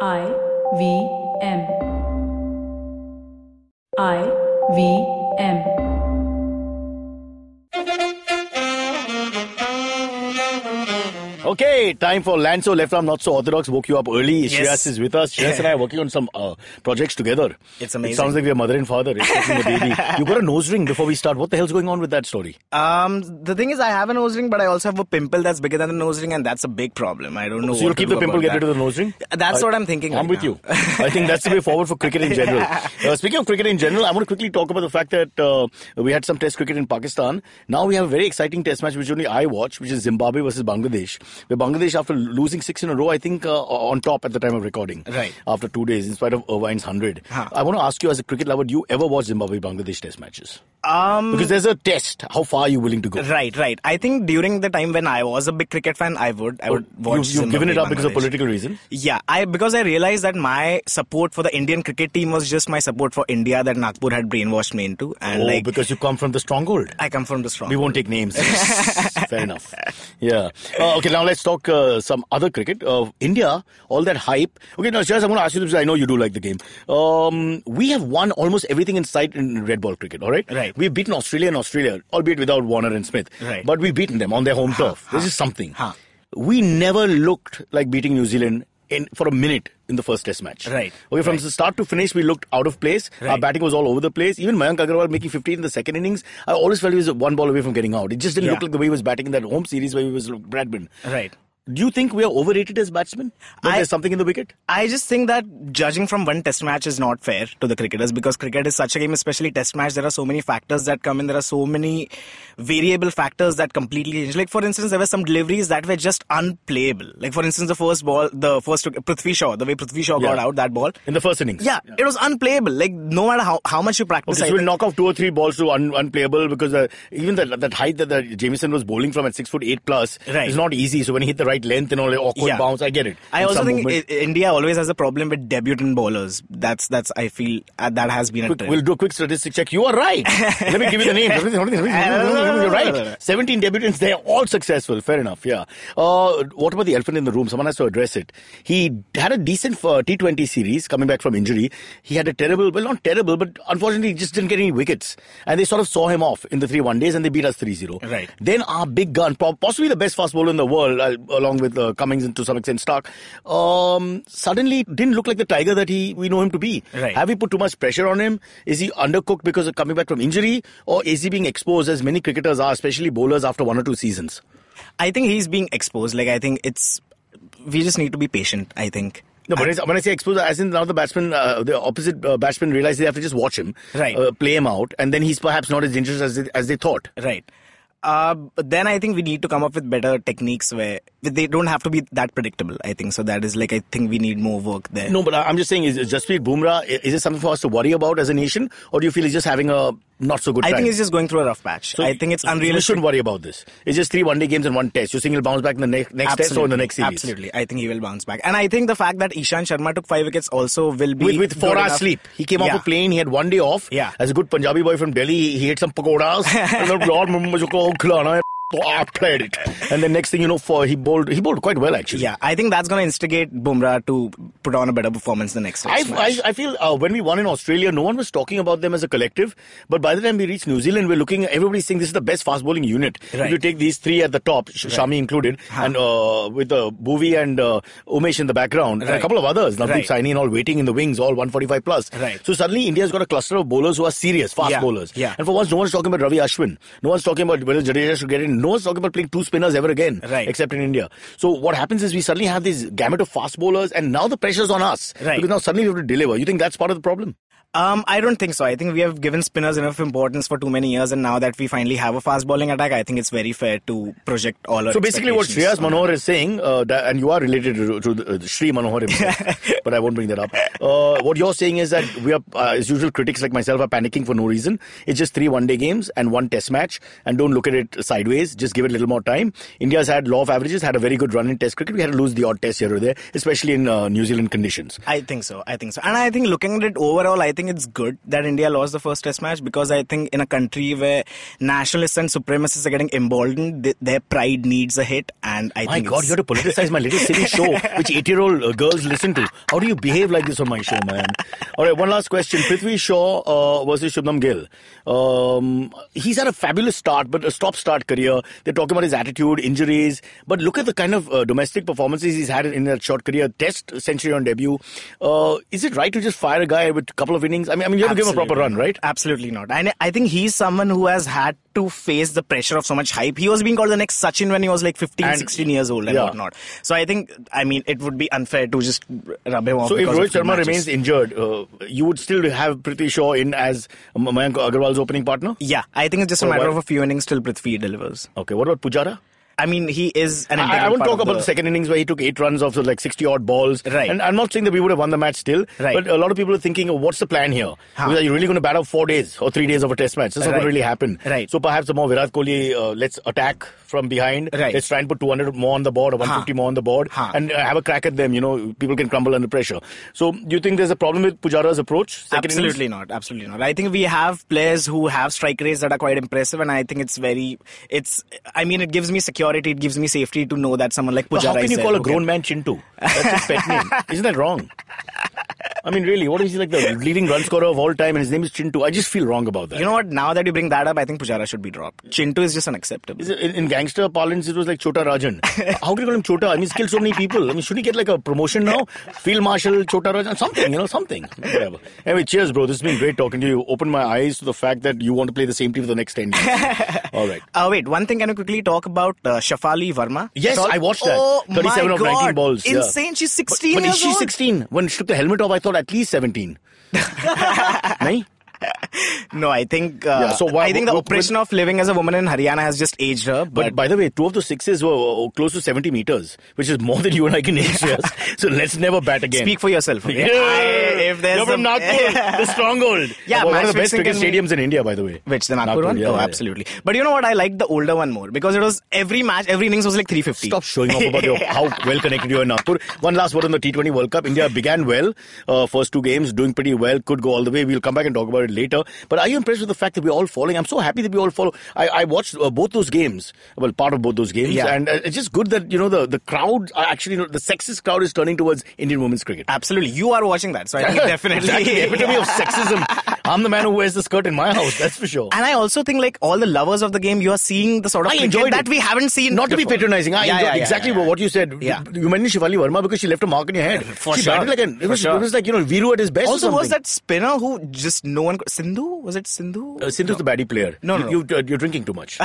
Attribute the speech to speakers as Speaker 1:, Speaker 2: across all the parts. Speaker 1: I V M. I V M.
Speaker 2: Okay, time for Lanso Left Arm Not So Orthodox. Woke you up early. Yes. Shreyas is with us. Shreyas and I are working on some uh, projects together.
Speaker 3: It's amazing.
Speaker 2: It sounds like we are mother and father. It's like the baby. You got a nose ring before we start. What the hell's going on with that story?
Speaker 3: Um, the thing is, I have a nose ring, but I also have a pimple that's bigger than the nose ring, and that's a big problem. I don't know.
Speaker 2: So you'll
Speaker 3: what to
Speaker 2: keep
Speaker 3: do
Speaker 2: the pimple,
Speaker 3: about
Speaker 2: get
Speaker 3: that.
Speaker 2: rid of the nose ring?
Speaker 3: That's
Speaker 2: I-
Speaker 3: what I'm thinking.
Speaker 2: I'm
Speaker 3: right
Speaker 2: with
Speaker 3: now.
Speaker 2: you. I think that's the way forward for cricket in general. Uh, speaking of cricket in general, I want to quickly talk about the fact that uh, we had some test cricket in Pakistan. Now we have a very exciting test match, which only I watch, which is Zimbabwe versus Bangladesh. Where Bangladesh, after losing six in a row, I think uh, on top at the time of recording.
Speaker 3: Right.
Speaker 2: After two days, in spite of Irvine's 100.
Speaker 3: Huh.
Speaker 2: I want to ask you, as a cricket lover, do you ever watch Zimbabwe Bangladesh test matches?
Speaker 3: Um,
Speaker 2: Because there's a test. How far are you willing to go?
Speaker 3: right, right. I think during the time when I was a big cricket fan, I would, I would watch.
Speaker 2: Oh, You've, you've given
Speaker 3: Zimbabwe,
Speaker 2: it up because of
Speaker 3: Bangladesh.
Speaker 2: political reason.
Speaker 3: Yeah, I because I realized that my support for the Indian cricket team was just my support for India that Nagpur had brainwashed me into, and
Speaker 2: oh,
Speaker 3: like
Speaker 2: because you come from the stronghold.
Speaker 3: I come from the strong.
Speaker 2: We won't take names. Fair enough. Yeah. Uh, okay, now let's talk uh, some other cricket. Uh, India, all that hype. Okay, now, Shaz, I'm going to ask you this because I know you do like the game. Um, we have won almost everything in sight in red ball cricket, all right?
Speaker 3: Right.
Speaker 2: We've beaten Australia and Australia, albeit without Warner and Smith.
Speaker 3: Right.
Speaker 2: But we've beaten them on their home turf. This
Speaker 3: ha,
Speaker 2: is something.
Speaker 3: ha.
Speaker 2: We never looked like beating New Zealand. In, for a minute in the first test match.
Speaker 3: Right.
Speaker 2: Okay, from
Speaker 3: Right.
Speaker 2: the start to finish, we looked out of place. Our
Speaker 3: Right.
Speaker 2: batting was all over the place. Even Mayank Agarwal making 15 in the second innings. I always felt he was one ball away from getting out. It just didn't
Speaker 3: Yeah.
Speaker 2: look like the way he was batting in that home series where he was Bradman.
Speaker 3: Right.
Speaker 2: Do you think we are overrated as batsmen? That
Speaker 3: I-
Speaker 2: there's something in the wicket?
Speaker 3: I just think that judging from one test match is not fair to the cricketers because cricket is such a game, especially test match. There are so many factors that come in. There are so many variable factors that completely change. Like for instance, there were some deliveries that were just unplayable. Like for instance, the first ball, the first Prithvi Shaw, the way Prithvi Shaw got
Speaker 2: Yeah.
Speaker 3: out that ball.
Speaker 2: In the first innings?
Speaker 3: Yeah, it was unplayable. Like no matter how, how much you practice,
Speaker 2: Okay, so
Speaker 3: I
Speaker 2: we'll
Speaker 3: think-
Speaker 2: knock off two or three balls to un- unplayable because uh, even that that height that, that Jameson was bowling from at six foot eight plus
Speaker 3: Right.
Speaker 2: is not easy. So when he hit the right length and all the awkward
Speaker 3: Yeah.
Speaker 2: bounce, I get it.
Speaker 3: I
Speaker 2: And
Speaker 3: also
Speaker 2: some
Speaker 3: think
Speaker 2: movement.
Speaker 3: I- India always has a problem with debutant bowlers. That's that's I feel uh, that has been a
Speaker 2: Quick,
Speaker 3: trend.
Speaker 2: we'll do a quick statistic check. You are right. Let me give you the names. You're right. 17 debutants, they're all successful. Fair enough, yeah. Uh, what about the elephant in the room? Someone has to address it. He had a decent uh, T20 series coming back from injury. He had a terrible, well, not terrible, but unfortunately, he just didn't get any wickets. And they sort of saw him off in the three one days and they beat us 3 0.
Speaker 3: Right.
Speaker 2: Then our big gun, prob- possibly the best fast bowler in the world, uh, along with uh, Cummings and to some extent Stark, um, suddenly didn't look like the tiger that he we know him to be.
Speaker 3: Right.
Speaker 2: Have we put too much pressure on him? Is he undercooked because of coming back from injury, or is he being exposed as many cricketers are, especially bowlers after one or two seasons?
Speaker 3: I think he's being exposed. Like I think it's we just need to be patient. I think.
Speaker 2: No, but it's- when I say exposed, as in now the batsman, uh, the opposite uh, batsman realize they have to just watch him,
Speaker 3: Right.
Speaker 2: uh, play him out, and then he's perhaps not as dangerous as they, as they thought.
Speaker 3: Right. Uh, but then I think we need to come up with better techniques where they don't have to be that predictable. I think so. That is like I think we need more work there.
Speaker 2: No, but I- I'm just saying, is is Jasprit Bumrah, i- is it something for us to worry about as a nation, or do you feel he's just having a not so good
Speaker 3: I
Speaker 2: time?
Speaker 3: think he's just going through a rough patch. I think it's
Speaker 2: We
Speaker 3: unrealistic.
Speaker 2: shouldn't worry about this. It's just three one-day games and one test. You're saying he'll bounce back in the ne- next test or in the next series.
Speaker 3: Absolutely. I think he will bounce back. And I think the fact that Ishan Sharma took five wickets also will be
Speaker 2: With, with four
Speaker 3: good
Speaker 2: hours
Speaker 3: enough.
Speaker 2: sleep. He came off
Speaker 3: Yeah.
Speaker 2: a plane. He had one day off.
Speaker 3: Yeah.
Speaker 2: As a good Punjabi boy from Delhi, he ate some pakoras. and then, "Lord, mujhe ko khilana hai." I played it. And the next thing you know, for he bowled. He bowled quite well actually.
Speaker 3: Yeah, I think that's going to instigate Bumrah to put on a better performance the next
Speaker 2: I,
Speaker 3: test match.
Speaker 2: I, I feel uh, when we won in Australia, no one was talking about them as a collective. But by the time we reached New Zealand, we're looking, everybody's saying this is the best fast bowling unit. If
Speaker 3: Right.
Speaker 2: you take these three at the top, Sh- Shami included, and uh, with uh, Bhuvi and uh, Umesh in the background, and a
Speaker 3: Right.
Speaker 2: couple of others, Navdeep
Speaker 3: Right.
Speaker 2: Saini and all waiting in the wings, all 145 plus.
Speaker 3: Right.
Speaker 2: So suddenly India's got a cluster of bowlers who are serious, fast
Speaker 3: Yeah.
Speaker 2: bowlers.
Speaker 3: Yeah.
Speaker 2: And for once, no one's talking about Ravi Ashwin. No one's talking about whether Jadeja should get in. No one's talking about playing two spinners ever again,
Speaker 3: Right.
Speaker 2: except in India. So what happens is we suddenly have this gamut of fast bowlers, and now the pressure's on us.
Speaker 3: Right.
Speaker 2: Because now suddenly we have to deliver. You think that's part of the problem?
Speaker 3: Um, I don't think so. I think we have given spinners enough importance for too many years, and now that we finally have a fast bowling attack, I think it's very fair to project all our.
Speaker 2: So basically, what Shreyas
Speaker 3: expectations on
Speaker 2: Manohar is saying, uh, that, and you are related to, to the, uh, Shri Manohar himself, but I won't bring that up. Uh, what you're saying is that we are, uh, as usual, critics like myself are panicking for no reason. It's just three one-day games and one Test match, and don't look at it sideways. Just give it a little more time. India's had law of averages, had a very good run in Test cricket. We had to lose the odd Test here or there, especially in uh, New Zealand conditions.
Speaker 3: that. I think so. I think so, and I think looking at it overall, I think think it's good that India lost the first test match because I think in a country where nationalists and supremacists are getting emboldened, th- their pride needs a hit. And I
Speaker 2: My
Speaker 3: think
Speaker 2: God,
Speaker 3: it's-
Speaker 2: you have to politicize my little silly show, which eight-year-old uh, girls listen to. How do you behave like this on my show, man? All right, one last question: Prithvi Shaw uh, versus Shubnam Gill. Um, he's had a fabulous start, but a stop-start career. They're talking about his attitude, injuries, but look at the kind of uh, domestic performances he's had in that short career. Test century on debut. Uh, is it right to just fire a guy with a couple of innings? I mean, I mean, you have to give him a proper
Speaker 3: Absolutely
Speaker 2: run, right?
Speaker 3: not. Absolutely not. And I think he's someone who has had to face the pressure of so much hype. He was being called the next Sachin when he was like 15,
Speaker 2: And-
Speaker 3: 16 years old and
Speaker 2: yeah.
Speaker 3: whatnot. So I think, I mean, it would be unfair to just rub him off.
Speaker 2: So if
Speaker 3: because of
Speaker 2: Rohit
Speaker 3: the
Speaker 2: Sharma
Speaker 3: matches.
Speaker 2: remains injured, uh, you would still have Prithvi Shaw in as M- Mayank Agarwal's opening partner.
Speaker 3: Yeah, I think it's just a
Speaker 2: For a
Speaker 3: matter
Speaker 2: while.
Speaker 3: of a few innings till Prithvi delivers.
Speaker 2: Okay, what about Pujara?
Speaker 3: I mean, he is an
Speaker 2: I, I
Speaker 3: integral
Speaker 2: won't
Speaker 3: part
Speaker 2: talk
Speaker 3: of
Speaker 2: about the second innings where he took eight runs off so like 60 odd balls.
Speaker 3: Right.
Speaker 2: And I'm not saying that we would have won the match still.
Speaker 3: Right.
Speaker 2: But a lot of people are thinking, oh, what's the plan here?
Speaker 3: Huh.
Speaker 2: Because Are you really going to bat out four days or three days of a test match? This is not going
Speaker 3: Right.
Speaker 2: to really happen.
Speaker 3: Right.
Speaker 2: So perhaps the more Virat Kohli, uh, let's attack from behind.
Speaker 3: Right.
Speaker 2: Let's try and put 200 more on the board or 150 more on the board
Speaker 3: Huh.
Speaker 2: and uh, have a crack at them. You know, people can crumble under pressure. So do you think there's a problem with Pujara's approach? Second innings?
Speaker 3: Absolutely not. Absolutely not. I think we have players who have strike rates that are quite impressive, and I think it's very. It's. I mean, it gives me security. It gives me safety to know that someone like
Speaker 2: But
Speaker 3: Pujara
Speaker 2: how can
Speaker 3: is
Speaker 2: you
Speaker 3: there
Speaker 2: call a
Speaker 3: who can-
Speaker 2: grown man Chintu? That's his pet name. Isn't that wrong? I mean, really, what is he like the leading run scorer of all time and his name is Chintu? I just feel wrong about that.
Speaker 3: You know what? Now that you bring that up, I think Pujara should be dropped. Chintu is just unacceptable.
Speaker 2: Is it- in, in gangster parlance, it was like Chota Rajan. How can you call him Chota? I mean, he's killed so many people. I mean, should he get like a promotion now? Field Marshal, Chota Rajan, something, you know, something. Whatever. Anyway, cheers, bro. This has been great talking to you. Opened my eyes to the fact that you want to play the same team for the next 10 years. all right.
Speaker 3: Uh, wait, one thing. Can you quickly talk about uh, Shafali Verma?
Speaker 2: Yes,
Speaker 3: at all?
Speaker 2: I watched that.
Speaker 3: Oh
Speaker 2: 37
Speaker 3: my
Speaker 2: of 19
Speaker 3: God.
Speaker 2: balls, yeah.
Speaker 3: Insane. She's 16
Speaker 2: but, but
Speaker 3: years
Speaker 2: is she
Speaker 3: old.
Speaker 2: 16? When she took the helmet off, I thought at least 17. Nahi?
Speaker 3: No, I think. Uh,
Speaker 2: Yeah, so wha-
Speaker 3: I think the
Speaker 2: wha-
Speaker 3: oppression of living as a woman in Haryana has just aged her. But,
Speaker 2: But by the way, two of those sixes were uh, close to 70 meters, which is more than you and I can age. yes. So let's never bat again.
Speaker 3: speak for yourself. okay?
Speaker 2: Yeah.
Speaker 3: I- if there's
Speaker 2: You're from
Speaker 3: some-
Speaker 2: Nagpur, the stronghold.
Speaker 3: Yeah,
Speaker 2: one of the
Speaker 3: match
Speaker 2: best
Speaker 3: fixing
Speaker 2: cricket
Speaker 3: can be-
Speaker 2: stadiums in India, by the way.
Speaker 3: Which the Nagpur, one?
Speaker 2: yeah,
Speaker 3: oh,
Speaker 2: yeah, yeah.
Speaker 3: absolutely. But you know what? I liked the older one more because it was every match, every innings was like 350.
Speaker 2: Stop showing off about your, how well connected you are in Nagpur. One last word on the T20 World Cup. India began well, uh, first two games, doing pretty well, could go all the way. We'll come back and talk about it later. But are you impressed with the fact that we're all following? I'm so happy that we all follow. I, I watched uh, both those games, well, part of both those games,
Speaker 3: Yeah.
Speaker 2: and uh, it's just good that, you know, the, the crowd, uh, actually, you know, the sexist crowd is turning towards Indian women's cricket.
Speaker 3: Absolutely. You are watching that, so I think definitely.
Speaker 2: Exactly, the epitome of sexism. I'm the man who wears the skirt in my house, that's for sure.
Speaker 3: And I also think like all the lovers of the game, you are seeing the sort of
Speaker 2: I
Speaker 3: cricket
Speaker 2: enjoyed
Speaker 3: that
Speaker 2: it.
Speaker 3: we haven't seen.
Speaker 2: Not to be
Speaker 3: before.
Speaker 2: patronizing. I
Speaker 3: Yeah,
Speaker 2: enjoyed
Speaker 3: yeah, yeah,
Speaker 2: exactly
Speaker 3: yeah, yeah.
Speaker 2: what you said.
Speaker 3: Yeah.
Speaker 2: You mentioned Shivali Verma because she left a mark in your head.
Speaker 3: For
Speaker 2: she
Speaker 3: sure.
Speaker 2: batted like an, it,
Speaker 3: For
Speaker 2: was,
Speaker 3: sure.
Speaker 2: it was like, you know, Viru at his best. or
Speaker 3: Also, was
Speaker 2: something.
Speaker 3: that spinner who just no one Sindhu? Was it Sindhu?
Speaker 2: Uh, Sindhu's the baddie player.
Speaker 3: No, no,
Speaker 2: You, you, uh, you're drinking too much.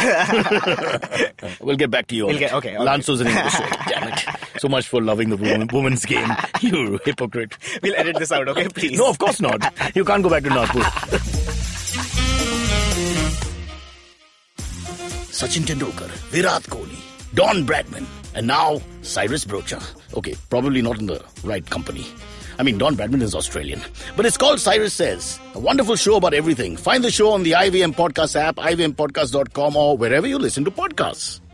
Speaker 2: we'll get back to you. on
Speaker 3: We'll
Speaker 2: it.
Speaker 3: get- okay, okay.
Speaker 2: Lanzo's an English. Damn it. So much for loving the woman, woman's game. You hypocrite.
Speaker 3: We'll edit this out, okay? Please.
Speaker 2: No, of course not. You can't go back to Nagpur. Sachin Tendulkar, Virat Kohli, Don Bradman, and now Cyrus Brocha. Okay, probably not in the right company. I mean, Don Bradman is Australian. But it's called Cyrus Says, a wonderful show about everything. Find the show on the IVM Podcast app, ivmpodcast.com, or wherever you listen to podcasts.